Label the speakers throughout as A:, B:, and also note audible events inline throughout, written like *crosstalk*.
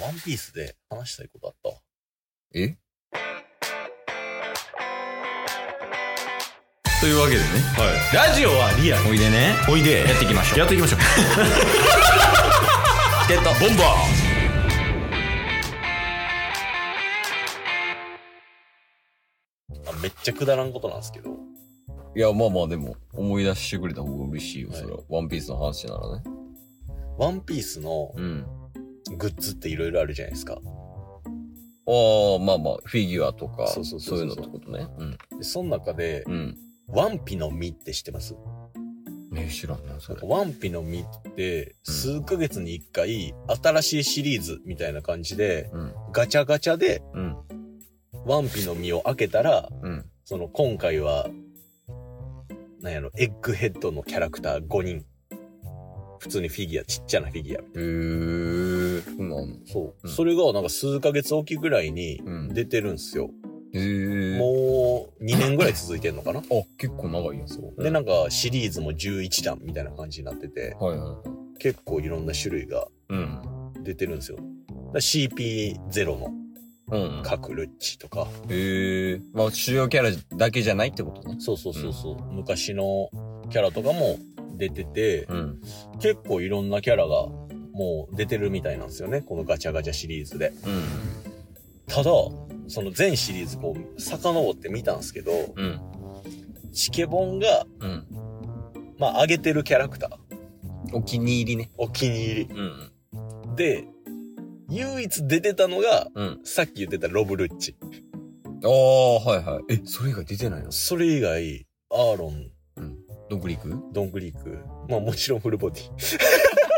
A: ワンピースで話したいことあったわ
B: えというわけでね、
A: はい。ラジオはリアル。
B: おいでね、
A: おいで。
B: やっていきましょう。
A: やっていきましょう。
B: *laughs* ってた。
A: ボンバーあめっちゃくだらんことなんですけど、
B: いや、まあまあでも、思い出してくれた方が嬉しいよ、それは。
A: は
B: ワンピースの話ならね。
A: ワンピースの
B: うん。
A: グッズっていろいろあるじゃないですか。
B: ああ、まあまあ、フィギュアとか、
A: そうそうそうそう
B: いうのってことね。うん。
A: で、その中で、
B: うん。
A: ワンピの実って知ってます
B: え、知らんな、それ。
A: ワンピの実って、数ヶ月に一回、新しいシリーズみたいな感じで、
B: うん。
A: ガチャガチャで、
B: うん。
A: ワンピの実を開けたら、
B: うん。
A: その今回は、なんやろ、エッグヘッドのキャラクター5人。普通にフィギュア、ちっちゃなフィギュア。
B: へえー、そうなの。
A: そう。
B: うん
A: それがなんか数ヶ月おきぐらいに
B: うん
A: 出てるんすよ。
B: へえー。
A: もう2年ぐらい続いてんのかな
B: あ、結構長いやん。
A: そう。で、なんかシリーズも11弾みたいな感じになってて、
B: はいはいはい。
A: 結構いろんな種類が
B: うん。
A: 出てるんですよ。だ CP0 の
B: うん。
A: カクルッチとか、
B: へえー。まあ、主要キャラだけじゃないってことね。
A: そうそうそうそう、昔のキャラとかも出てて、
B: うん。
A: 結構いろんなキャラがもう出てるみたいなんですよねこのガチャガチャシリーズで
B: う
A: ただその全シリーズこう遡って見たんですけど
B: ん。うん。
A: チケボンが
B: うん。
A: まあ上げてるキャラクター
B: お気に入りね。
A: お気に入り
B: うん。
A: で唯一出てたのが
B: うん。
A: さっき言ってたロブルッチ
B: ああ、はいはい。え、それ以外出てないの
A: それ以外アーロン
B: どんぐりいく
A: ドングリークまあもちろんフルボディ *laughs*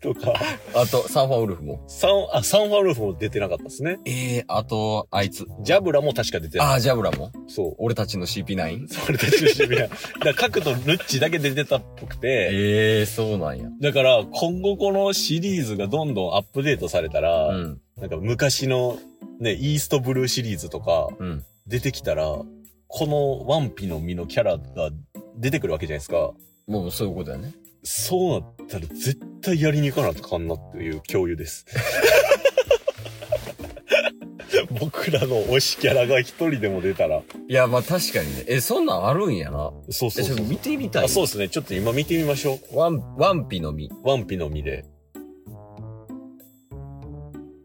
A: とか
B: あと、サンファウルフも。
A: サンあサンファルフも出てなかったですね
B: ええあと、あいつ。
A: ジャブラも確か出てない
B: ああ、ジャブラも
A: そう
B: 俺たちの CP9?
A: それたちの渋谷。だから、カクとルッチだけ出てたっぽくて、
B: ええそうなんや。
A: だから、今後このシリーズがどんどんアップデートされたら、
B: うん。
A: なんか昔の、ね、イーストブルーシリーズとか
B: うん。
A: 出てきたら、このワンピの実のキャラが出てくるわけじゃないですか。
B: もうそういうことやね。
A: そうなったら絶対やりに行かなあかんなっていう共有
B: *laughs*
A: です。僕らの推しキャラが一人でも出たら。
B: いや、まあ確かにね。え、そんなんあるんやな。
A: そうそ
B: え、
A: うそ
B: ちょ
A: う
B: っと見てみたい。
A: あそうですね。ちょっと今見てみましょう。
B: ワン、ワンピの実。
A: ワンピの実で。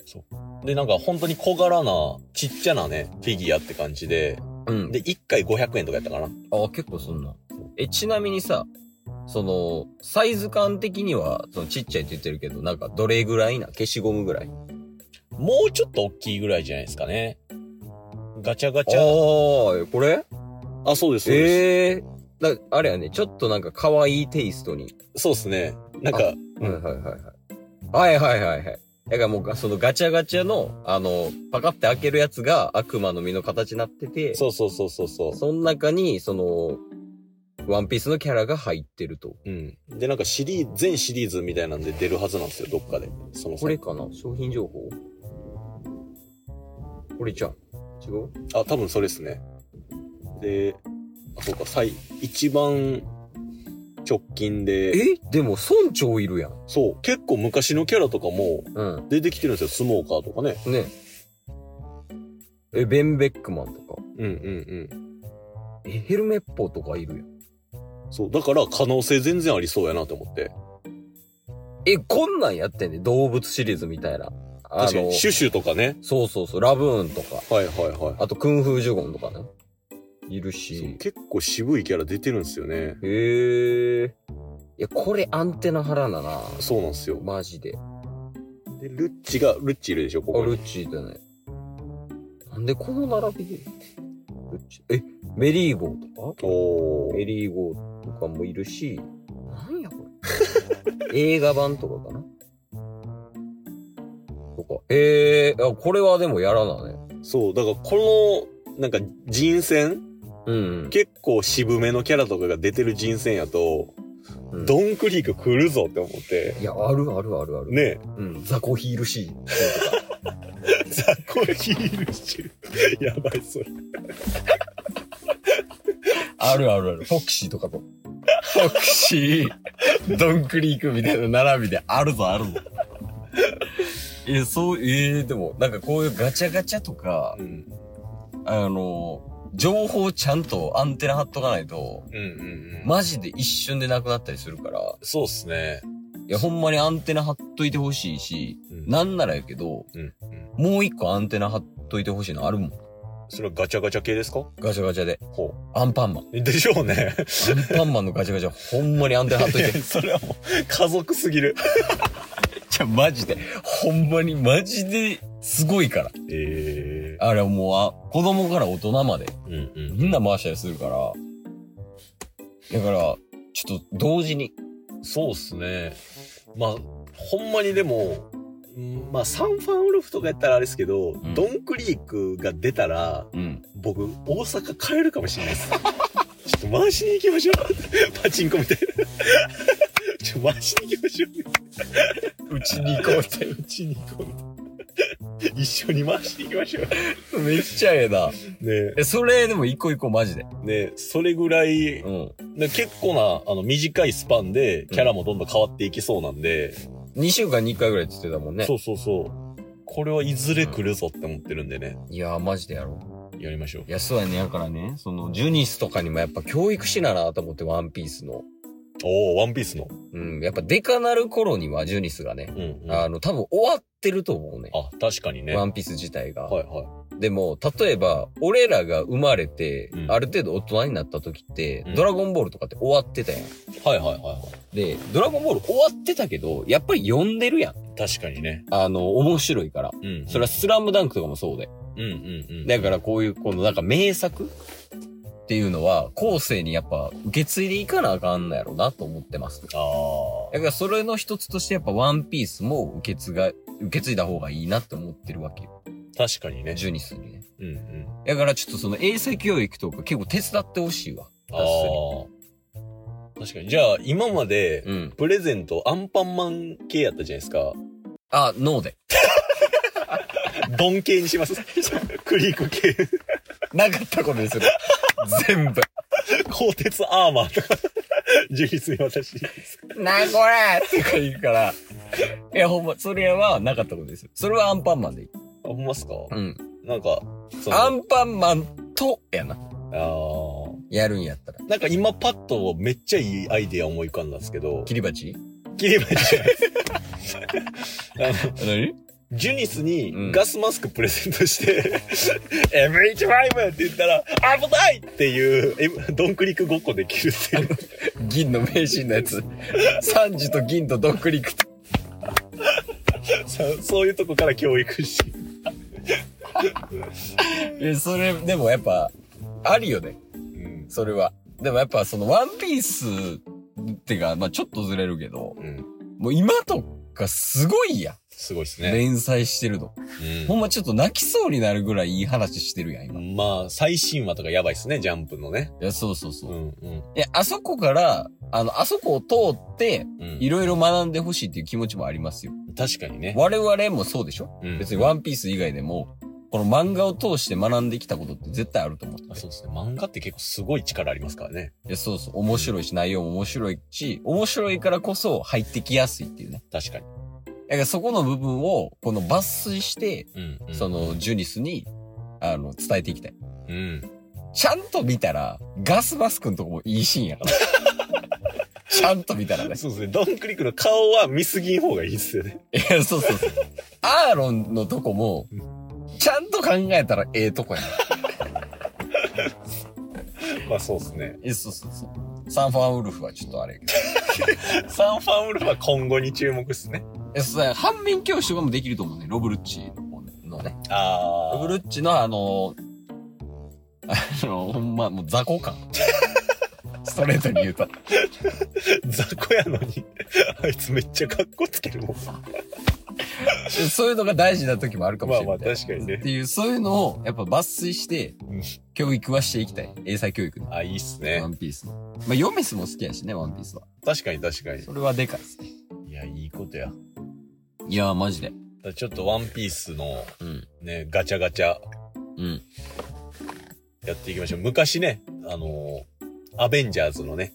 A: そう。で、なんか本当に小柄な、ちっちゃなね、フィギュアって感じで、
B: うん。
A: で、1回500円とかやったかな。
B: あ、結構そんな。え、ちなみにさ、その、サイズ感的には、そのちっちゃいって言ってるけど、なんかどれぐらいな消しゴムぐらい
A: もうちょっと大きいぐらいじゃないですかね。ガチャガ
B: ああ
A: チャ。
B: ー、これ
A: あ、そうでえ
B: ええだあれやね、ちょっとなんか可愛いテイストに。
A: そうですね。なんか、う
B: はい
A: ん
B: はいはいはい。はいはいはいはい。だからもうが、そのガチャガチャの、あの、パカって開けるやつが悪魔の実の形になってて、
A: そうそうそうそうそう。
B: その中に、その、ワンピースのキャラが入ってると。
A: うん。で、なんかシリーズ、全シリーズみたいなんで出るはずなんですよ、どっかで。その
B: これかな商品情報これじゃん。違う
A: あ、多分それですね。で、あ、そうか、最、一番直近で、
B: えでも村長いるやん。
A: そう、結構昔のキャラとかも
B: うん。
A: 出てきてるんですよ。スモーカーとかね。
B: ねえ、ベンベックマンとか。
A: うんうん
B: え、ヘルメッポとかいるやん。
A: うん。そう、だから可能性全然ありそうやなと思って。
B: え、こんなんやってんね動物シリーズみたいな。あ
A: 確かに、シュシュとかね。
B: そうそうそう、ラブーンとか。
A: はいはいは
B: あと、クンフージュゴンとかね。いる
A: い。そう
B: し。
A: 結構渋いキャラ出てるんですよね。
B: へえ。いや、これアンテナ張らなな。
A: そうなんですよ。
B: マジで。
A: で、ルッチが、ルッチいるでしょ、こ
B: あ、
A: こ
B: ル
A: に。
B: ッチーだね。なんでこの並びでルッチーえ、メリーゴーとか
A: お
B: メ
A: ー。
B: リーゴーとかもいるし。なんやこれ。映画版とかかなとか。へえ、あ、これはでもやらなね。
A: そう、だからこの、なんか人選
B: うんうん。
A: 結構渋めのキャラとかが出てる人選やと、
B: うん
A: ドンクリーク来るぞって思って。
B: いや、あるあるあるある。
A: ね *laughs*
B: うん、ザコヒールシーンとか。
A: え、ザコヒールしてる。 *laughs* やばい、それ。
B: あるあるある。フォクシーとかと。フォクシー、ドンクリークみたいな並びであるぞあるぞ。え、そう、えー、でも、なんかこういうガチャガチャとか、
A: うん。
B: あの、情報ちゃんとアンテナ張っとかないと、
A: うんうんうん。
B: マジで一瞬でなくなったりするから、
A: そうっすね。
B: いや、ほんまにアンテナ張っといてほしいし、
A: うん
B: なんならやけど、
A: うんうん。
B: もう一個アンテナ張っといてほしいのあるもん。
A: それはガチャガチャ系ですか
B: ガチャガチャで。
A: ほ
B: アンパンマン。
A: う。でしょうね。
B: アンパンマンのガチャガチャ、ほんまにアンテナ張
A: *laughs*
B: っといて。
A: それはもう、家族すぎる。
B: じゃ、マジで。ほんまに、マジで、すごいから。
A: ええ
B: あれはもう、あ、子供から大人まで、
A: うんうん。
B: みんな回したりするから。だから、ちょっと、同時に。
A: そうっすね。まあ、ほんまにでも、うんまあ、サンファンウルフとかやったらあれですけど、
B: ん
A: ドンクリークが出たら、
B: うん。
A: 僕、大阪帰るかもしれないです。 *laughs* ちょっと回しに行きましょう。 *laughs* パチンコみたいな。ちょっと回しに行きましょ
B: うちに行こうって。
A: う。うちに行こう。一緒に回しに行きましょう。
B: *laughs* めっちゃええな。
A: ね
B: え、それ、でも一個一個マジで。
A: ねそれぐらい、
B: うん。
A: ね結構な、あの、短いスパンで、キャラもどんどん変わっていきそうなんで、
B: 2週間に1回ぐらいって言ってたもんね。
A: そうそうそう。これはいずれ来るぞって思ってるんでね。
B: いやー、マジでやろう。
A: やりましょう
B: い。や、そうやね。やからね、その、ジュニスとかにもやっぱ教育しななと思って、ワンピースの。
A: おおワンピースの。
B: うん。やっぱ、デカなる頃には、ジュニスがね、
A: うん、あ
B: あの、多分終わってると思うね。
A: 確かにね。
B: ワ
A: はい
B: ンピース自体が。
A: は
B: でも、例えば、俺らが生まれて、
A: うん
B: ある程度大人になった時って、
A: うん
B: ドラゴンボールとかって終わってたやん。
A: い。はいはいはいは
B: で、ドラゴンボール終わってたけど、やっぱり読んでるやん。
A: い。確かにね。
B: あの、面白いから。
A: うん
B: それはスラムダンクとかもそうで。
A: うんうんうん。
B: だからこういう、このなんか名作っていうのは、後世にやっぱ受け継いでいかなあかんのやろうなと思ってます。
A: ああ。
B: だからそれの一つとしてやっぱワンピースも受け継が、受け継いだ方がいいなって思ってるわけよ。
A: 確かにね。
B: ジュニスにね。
A: うんうん。
B: だからちょっとその英才教育とか結構手伝ってほしいわ。
A: ああ。確かに。じゃあ、今まで、
B: うん。
A: プレゼントアンパンマン系やったじゃないですか。
B: あ、ノーで。
A: ドン系にし
B: *laughs*
A: ます。クリーク系。
B: なかったことにする。 *laughs* 全部。
A: 鋼鉄アーマーとか。ジュニスに私。
B: なにこれとか言うから。いや、ほんま、それはなかったことでする。それはアンパンマンでいい。
A: あ、ほんますか
B: うん。
A: なんか、その
B: アンパンマンと、やな。
A: ああ。
B: やるんやったら。
A: なんか今パッとめっちゃいいアイディア思い浮かんだんですけど。
B: 切り鉢
A: 切り鉢じゃないです。あの
B: 何
A: ジュニス
B: う
A: に
B: ん
A: ガスマスクプレゼント *laughs* して、MH5 って言ったら、危ないっていう、M- ドンクリックごっこできるって *laughs* いう。
B: 銀の名シーンのやつ。サンジと銀とドックリックと。
A: そうそういうとこから教育し。
B: いや、それ、でもやっぱ、あるよね。
A: うん。
B: それは。でもやっぱそのワンピースってか、まあちょっとずれるけど、
A: うん。
B: もう今とかすごいやん。
A: すごいですね。
B: 連載してるの。ほんまちょっと泣きそうになるぐらいいい話してるやん、
A: う
B: 今。い
A: ん。まあ、最新話とかやばいですね、ジャンプのね。
B: や、そうそうそうう。
A: んうん。
B: いや、あそこから、あの、あそこを通って、
A: うん
B: いろいろ学んでほしいっていう気持ちもありますよ。
A: 確かにね。
B: 我々もそうでしょ
A: うん
B: 別にワンピース以外でも、この漫画を通して学んできたことって絶対あると思って
A: あ
B: て。
A: そうですね。漫画って結構すごい力ありますからね。
B: いや、そうそう。面白いし、内容も面白いし、面白いからこそ入ってきやすいっていうね。
A: 確かに。
B: だからそこの部分を、この抜粋して、
A: うん、うん。
B: その、ジュニスに、あの、伝えていきたい。
A: うん。
B: ちゃんと見たら、ガスマスクのとこもいいシーンや
A: *laughs*
B: から。ちゃんと見たらね。
A: そうですね。ドンクリックの顔は見すぎん方がいいですよね。
B: いや、そうそうそう。アーロンのとこも、ちゃんと考えたらええとこやね。
A: まあそうですね。
B: いやそうそうそう。サンファンウルフはちょっとあれやけど。
A: *laughs* サンファンウルフは今後に注目っすね。
B: いや、そうや反面教師とかもできると思うね。ロブルッチのね。
A: あ
B: ロブルッチのあの、あの、ほんま、もう雑
A: *laughs*
B: 魚感。ストレートに言うと。
A: 雑魚やのに、 *laughs* あいつめっちゃカッコつけるもん。
B: そういうのが大事な時もあるかもしれない。
A: まあまあ確かにね
B: っていう、そういうのを、やっぱ抜粋して
A: うん、
B: 教育はしていきたい。英才教育の。
A: あ、いいっす
B: ワ
A: ね。
B: ンピースの。まあ、ヨメスも好きやしね、ワンピースは。
A: 確かに確かに。
B: それはでかいですね。
A: いや、いいことや。だか
B: いやー、マジで。
A: らちょっとワンピースの
B: うん。
A: ね、ガチャガチャ
B: うん。
A: やっていきましょう。昔ね、あのーアベンジャーズのね、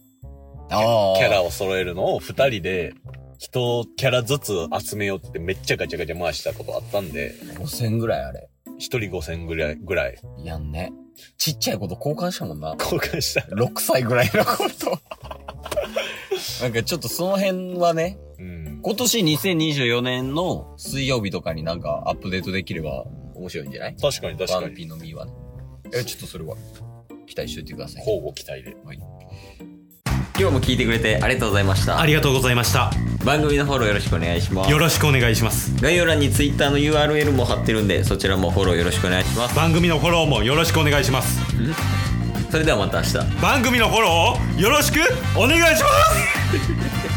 B: ああ。
A: キャラを揃えるのを二人で一キャラずつ集めようってめっちゃガチャガチャ回したことあったんで、
B: 5000ぐらいあれ。
A: 一人5000ぐらい、ぐらい
B: やんね。ちっちゃいこと交換したもんな。
A: 交換した。
B: 6歳ぐらい
A: *laughs*
B: のこと。なんかちょっとその辺はね、
A: うん。
B: 今年2024年の水曜日とかになんかアップデートできれば面白いんじゃない
A: 確かに確
B: ワ
A: か
B: ン
A: に。
B: ピの実はね。え、ちょっとそれは期待しといてください。
A: 交互期待で。
B: 今日も聞いてくれてありがとうございました
C: あ。りがとうございました
B: 番組のフォローよろしくお願いします
C: よ。ろしくお願いします
B: 概要欄に Twitter の URL も貼ってるんで、そちらもフォローよろしくお願いします。
C: 番組のフォローもよろしくお願いします
B: それではまた明日。
C: 番組のフォローをよろしくお願いします